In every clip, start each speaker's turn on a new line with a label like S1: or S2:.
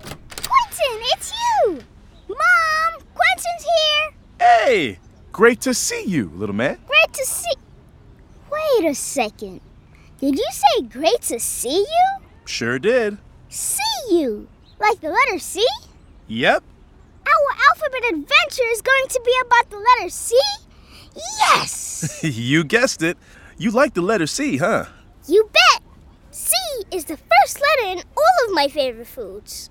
S1: Quentin, it's you! Mom, Quentin's here!
S2: Hey, great to see you, little man.
S1: Great to see. Wait a second. Did you say great to see you?
S2: Sure did.
S1: See you! Like the letter C?
S2: Yep.
S1: Our alphabet adventure is going to be about the letter C? Yes!
S2: you guessed it. You like the letter C, huh?
S1: you bet! C is the first letter in all of my favorite foods,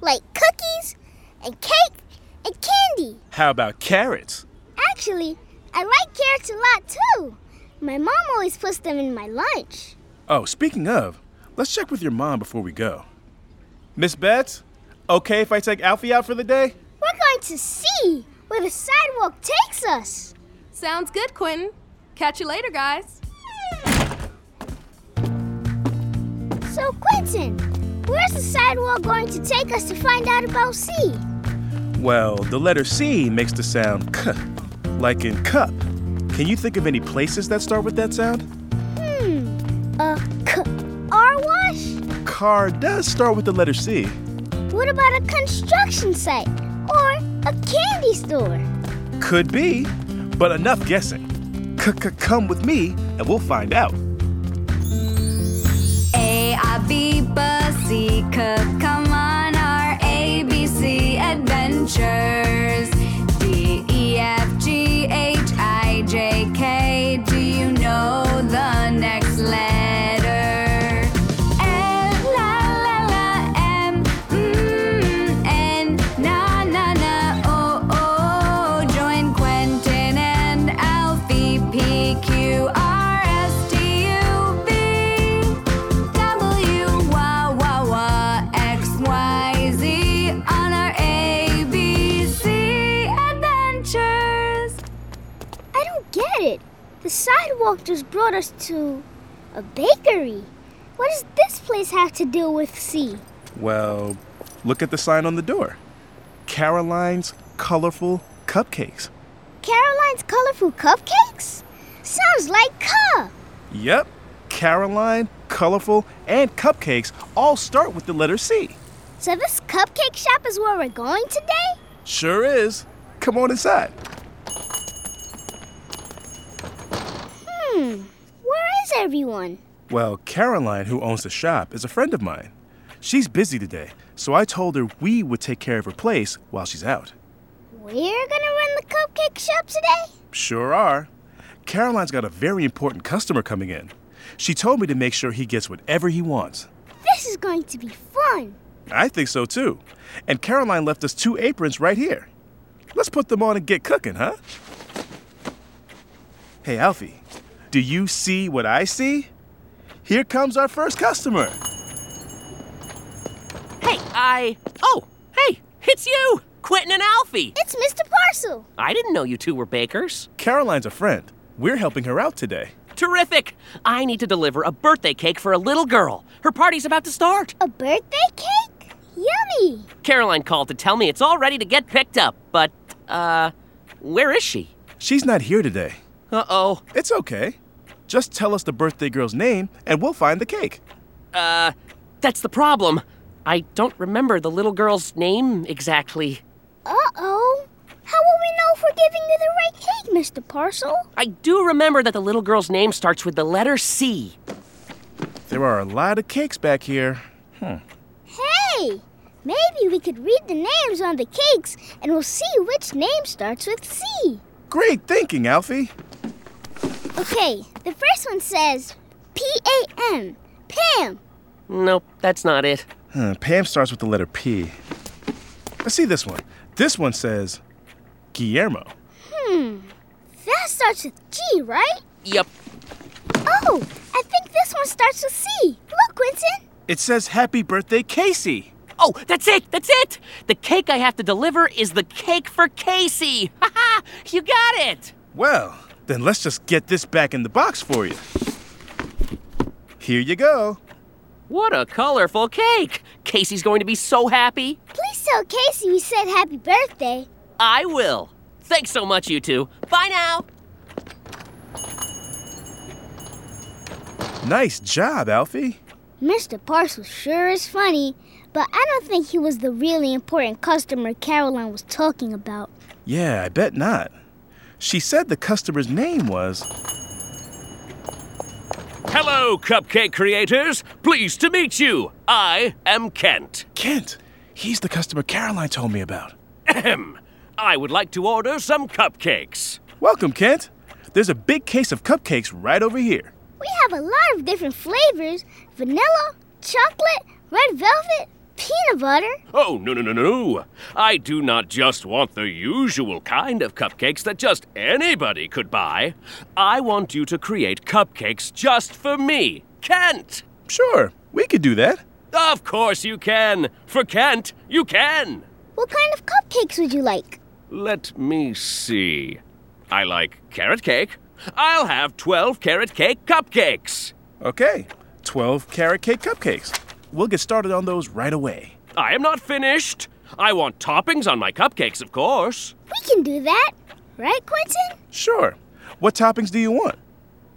S1: like cookies and cake and candy.
S2: How about carrots?
S1: Actually, I like carrots a lot too. My mom always puts them in my lunch.
S2: Oh, speaking of, let's check with your mom before we go. Miss Betts, okay if I take Alfie out for the day?
S1: We're going to see where the sidewalk takes us.
S3: Sounds good, Quentin. Catch you later, guys.
S1: So, Quentin, where's the sidewalk going to take us to find out about C?
S2: Well, the letter C makes the sound k, like in cup. Can you think of any places that start with that sound?
S1: Hmm, a c- car wash?
S2: Car does start with the letter C.
S1: What about a construction site? Or a candy store?
S2: Could be, but enough guessing. C- c- come with me and we'll find out.
S3: A I B B C cook. Come on, our A B C adventures. D E F G H I J K. Do you know the next letter? L la la la M mm, N na na na O O. Join Quentin and Alfie P Q R S T U V. W Y Y Y X Y Z on our ABC adventures.
S1: I don't get it. The sidewalk just brought us to a bakery. What does this place have to do with C?
S2: Well, look at the sign on the door Caroline's Colorful Cupcakes.
S1: Caroline's colorful cupcakes? Sounds like cup.
S2: Yep, Caroline, Colorful, and Cupcakes all start with the letter C.
S1: So this cupcake shop is where we're going today?
S2: Sure is. Come on inside.
S1: Hmm. Where is everyone?
S2: Well, Caroline, who owns the shop, is a friend of mine. She's busy today, so I told her we would take care of her place while she's out.
S1: We're gonna run the cupcake shop today?
S2: Sure are. Caroline's got a very important customer coming in. She told me to make sure he gets whatever he wants.
S1: This is going to be fun.
S2: I think so too. And Caroline left us two aprons right here. Let's put them on and get cooking, huh? Hey, Alfie, Do you see what I see? Here comes our first customer.
S4: Hey, I. Oh, hey, it's you, Quentin and Alfie.
S1: It's Mr. Parcel.
S4: I didn't know you two were bakers.
S2: Caroline's a friend. We're helping her out today.
S4: Terrific! I need to deliver a birthday cake for a little girl. Her party's about to start.
S1: A birthday cake? Yummy.
S4: Caroline called to tell me it's all ready to get picked up, but, uh, where is she?
S2: She's not here today.
S4: Uh oh.
S2: It's okay. Just tell us the birthday girl's name and we'll find the cake.
S4: Uh, that's the problem. I don't remember the little girl's name exactly.
S1: Uh oh. How will we know if we're giving you the right cake, Mr. Parcel?
S4: I do remember that the little girl's name starts with the letter C.
S2: There are a lot of cakes back here.
S1: Hey, maybe we could read the names on the cakes and we'll see which name starts with C.
S2: Great thinking, Alfie.
S1: Okay, the first one says P A M. Pam.
S4: Nope, that's not it.
S2: Huh, Pam starts with the letter P. Let's see this one. This one says Guillermo.
S1: That starts with G, right?
S4: Yep.
S1: Oh, I think this one starts with C. Look, Quentin.
S2: It says Happy Birthday, Casey.
S4: Oh, that's it! That's it! The cake I have to deliver is the cake for Casey! Ha ha! You got it!
S2: Well, then let's just get this back in the box for you. Here you go.
S4: What a colorful cake! Casey's going to be so happy!
S1: Please tell Casey we said happy birthday.
S4: I will! Thanks so much, you two! Bye now!
S2: Nice job, Alfie.
S1: Mr. Parcel sure is funny, but I don't think he was the really important customer Caroline was talking about.
S2: Yeah, I bet not. She said the customer's name was.
S4: Hello, cupcake creators! Pleased to meet you! I am Kent.
S2: Kent. He's the customer Caroline told me about.
S4: I would like to order some cupcakes.
S2: Welcome, Kent. There's a big case of cupcakes right over here.
S1: We have a lot of different flavors vanilla, chocolate, red velvet, peanut butter.
S4: Oh, no, no, no, no. I do not just want the usual kind of cupcakes that just anybody could buy. I want you to create cupcakes just for me, Kent.
S2: Sure, we could do that.
S4: Of course you can. For Kent, you can.
S1: What kind of cupcakes would you like?
S4: Let me see. I like carrot cake. I'll have 12 carrot cake cupcakes.
S2: Okay, 12 carrot cake cupcakes. We'll get started on those right away.
S4: I am not finished. I want toppings on my cupcakes, of course.
S1: We can do that. Right, Quentin?
S2: Sure. What toppings do you want?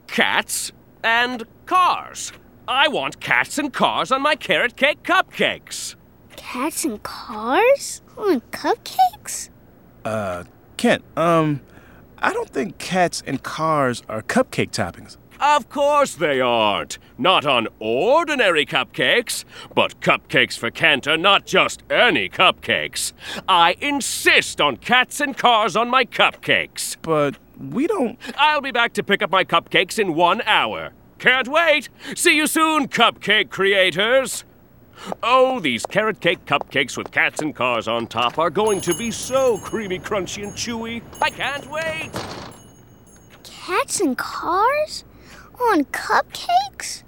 S4: Cats and cars. I want cats and cars on my carrot cake cupcakes.
S1: Cats and cars? On cupcakes?
S2: Kent, um, I don't think cats and cars are cupcake toppings.
S4: Of course they aren't. Not on ordinary cupcakes. But cupcakes for Kent are not just any cupcakes. I insist on cats and cars on my cupcakes.
S2: But we don't.
S4: I'll be back to pick up my cupcakes in one hour. Can't wait! See you soon, cupcake creators! Oh, these carrot cake cupcakes with cats and cars on top are going to be so creamy, crunchy, and chewy. I can't wait!
S1: Cats and cars? On cupcakes?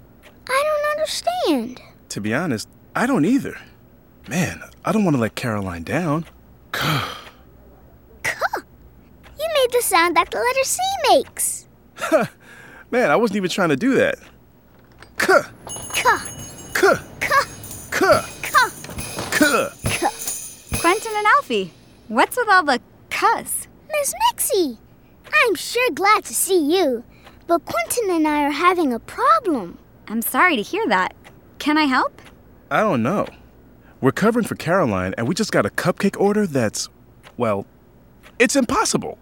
S1: I don't understand.
S2: To be honest, I don't either. Man, I don't want to let Caroline down.
S1: You made the sound that the letter C makes.
S2: Man, I wasn't even trying to do that. Kuh,
S1: Cuh,
S2: kuh,
S1: cuh,
S2: kuh,
S1: cuh.
S2: kuh.
S3: Quentin and Alfie, what's with all the cuss?
S1: Miss Mixie, I'm sure glad to see you, but Quentin and I are having a problem.
S3: I'm sorry to hear that. Can I help?
S2: I don't know. We're covering for Caroline, and we just got a cupcake order that's, well, it's impossible.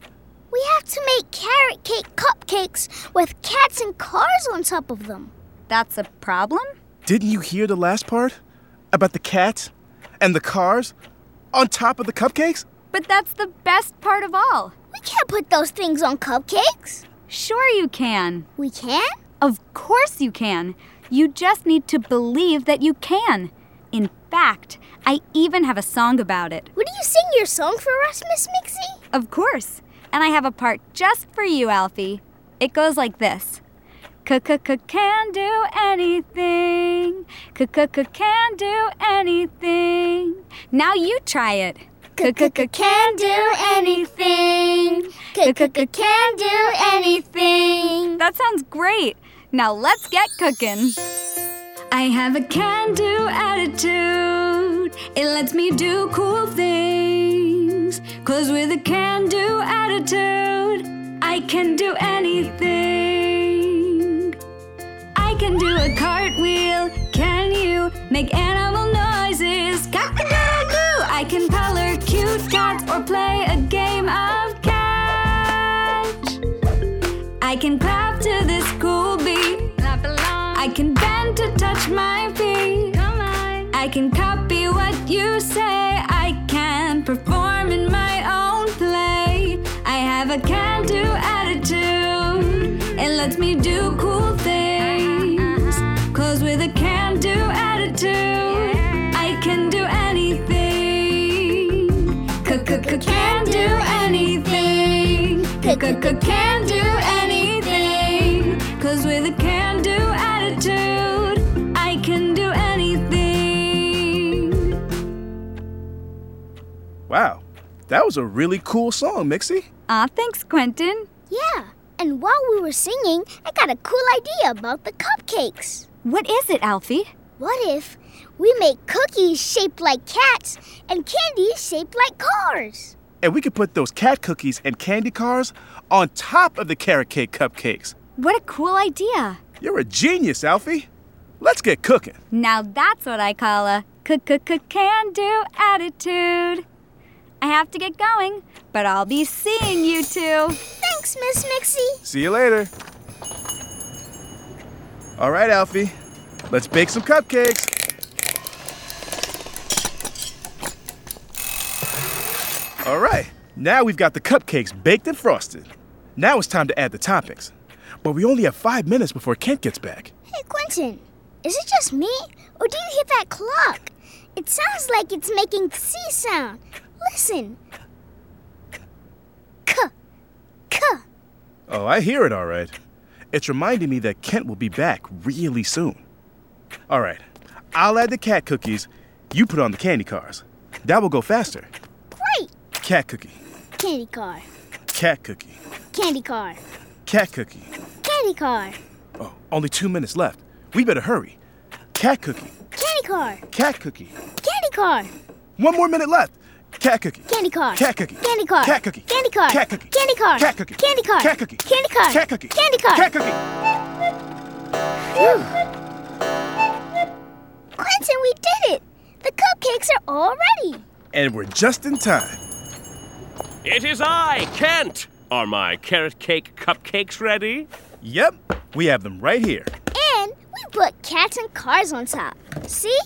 S1: We have to make carrot cake cupcakes with cats and cars on top of them.
S3: That's a problem?
S2: Didn't you hear the last part? About the cats and the cars on top of the cupcakes?
S3: But that's the best part of all.
S1: We can't put those things on cupcakes.
S3: Sure, you can.
S1: We can?
S3: Of course you can. You just need to believe that you can. In fact, I even have a song about it.
S1: Would you sing your song for us, Miss Mixie?
S3: Of course. And I have a part just for you, Alfie. It goes like this C-c-c-can do anything. C-c-c-can do anything. Now you try it. C-c-c-can do anything. C-c-c-can do anything. That sounds great. Now let's get cooking. I have a can do attitude. It lets me do cool things. Cause with a can do attitude, I can do anything. I can do a cartwheel. Can you make animal noises? Cock-a-doodle-doo. I can color cute cats or play a game of catch. I can clap to this cool beat. I can bend to touch my feet. I can copy what you say. I can perform in my own play. I have a can do attitude. It lets me do cool things. Cause with a can do attitude, I can do anything. Can do anything. Can do anything. Cause with a can do attitude, I can do anything.
S2: Wow, that was a really cool song, Mixie.
S3: Ah, thanks, Quentin.
S1: Yeah, and while we were singing, I got a cool idea about the cupcakes.
S3: What is it, Alfie?
S1: What if we make cookies shaped like cats and candy shaped like cars?
S2: And we could put those cat cookies and candy cars on top of the carrot cake cupcakes.
S3: What a cool idea.
S2: You're a genius, Alfie. Let's get cooking.
S3: Now that's what I call a can do attitude. I have to get going, but I'll be seeing you two.
S1: Thanks, Miss Mixie.
S2: See you later. All right, Alfie, let's bake some cupcakes. All right, now we've got the cupcakes baked and frosted. Now it's time to add the toppings. But we only have five minutes before Kent gets back.
S1: Hey, Quentin, is it just me, or do you hear that clock? It sounds like it's making C sound. Listen. K, k,
S2: Oh, I hear it all right. It's reminding me that Kent will be back really soon. All right, I'll add the cat cookies. You put on the candy cars. That will go faster.
S1: great.
S2: Cat cookie,
S1: Candy car,
S2: cat cookie,
S1: candy car,
S2: cat cookie.
S1: candy car,
S2: Oh, only two minutes left. We better hurry. Cat cookie,
S1: candy car,
S2: cat cookie.
S1: candy car,
S2: One more minute left. Cat cookie.
S1: candy car,
S2: Cat cookie.
S1: candy car,
S2: Cat cookie.
S1: candy car,
S2: Cat cookie.
S1: candy car,
S2: Cat cookie.
S1: candy car,
S2: Cat cookie.
S1: candy car,
S2: Cat cookie.
S1: candy car.
S2: Cat cookie.
S1: Quentin, we did it. The cupcakes are all ready.
S2: And we're just in time.
S4: It is I, Kent. Are my carrot cake cupcakes ready?
S2: Yep, we have them right here.
S1: And we put cats and cars on top. See?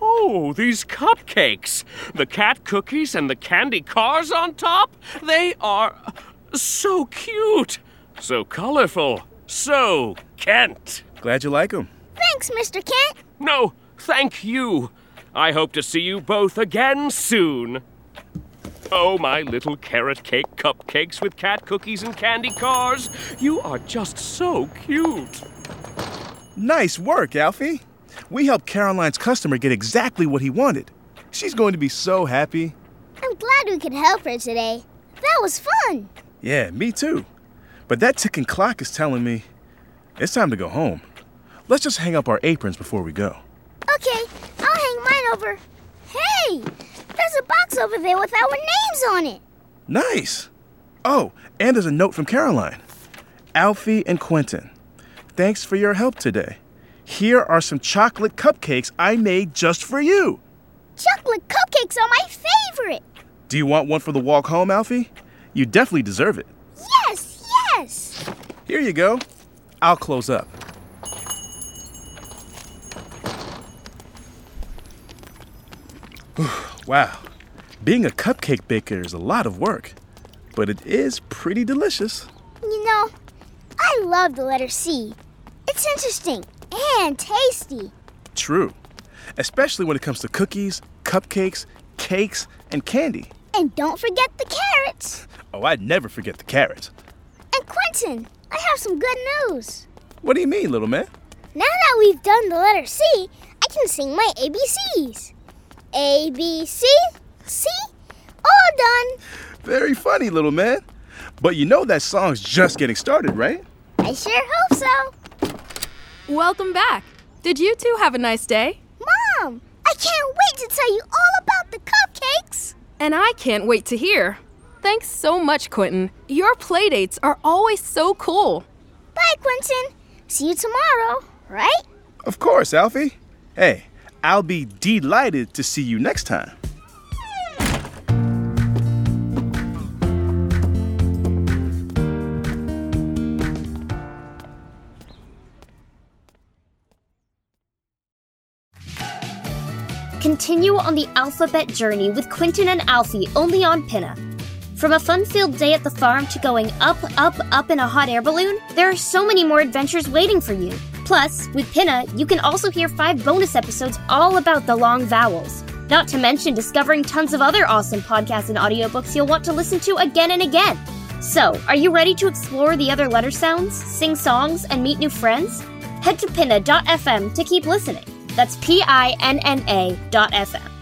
S4: Oh, these cupcakes! The cat cookies and the candy cars on top? They are so cute, so colorful, so Kent.
S2: Glad you like them.
S1: Thanks, Mr. Kent.
S4: No, thank you. I hope to see you both again soon. Oh, my little carrot cake cupcakes with cat cookies and candy cars. You are just so cute.
S2: Nice work, Alfie. We helped Caroline's customer get exactly what he wanted. She's going to be so happy.
S1: I'm glad we could help her today. That was fun.
S2: Yeah, me too. But that ticking clock is telling me it's time to go home. Let's just hang up our aprons before we go.
S1: Okay, I'll hang mine over. Hey, there's a box over there with our names on it.
S2: Nice. Oh, and there's a note from Caroline. Alfie and Quentin, thanks for your help today. Here are some chocolate cupcakes I made just for you.
S1: Chocolate cupcakes are my favorite.
S2: Do you want one for the walk home, Alfie? You definitely deserve it.
S1: Yes, yes.
S2: Here you go. I'll close up. Whew, wow. Being a cupcake baker is a lot of work, but it is pretty delicious.
S1: You know, I love the letter C. It's interesting and tasty.
S2: True. Especially when it comes to cookies, cupcakes, cakes, and candy.
S1: And don't forget the carrots.
S2: Oh, I'd never forget the carrots.
S1: And Quentin, I have some good news.
S2: What do you mean, little man?
S5: Now that we've done the letter C, I can sing my ABCs. A, B, C, C, all done.
S2: Very funny, little man. But you know that song's just getting started, right?
S5: I sure hope so.
S6: Welcome back. Did you two have a nice day?
S5: Mom, I can't wait to tell you all about the cupcakes.
S6: And I can't wait to hear. Thanks so much, Quentin. Your playdates are always so cool.
S5: Bye, Quentin. See you tomorrow, right?
S2: Of course, Alfie. Hey, I'll be delighted to see you next time.
S1: Continue on the alphabet journey with Quentin and Alfie only on Pinna. From a fun filled day at the farm to going up, up, up in a hot air balloon, there are so many more adventures waiting for you. Plus, with Pinna, you can also hear five bonus episodes all about the long vowels. Not to mention discovering tons of other awesome podcasts and audiobooks you'll want to listen to again and again. So, are you ready to explore the other letter sounds, sing songs, and meet new friends? Head to pinna.fm to keep listening. That's P I N N A dot FM.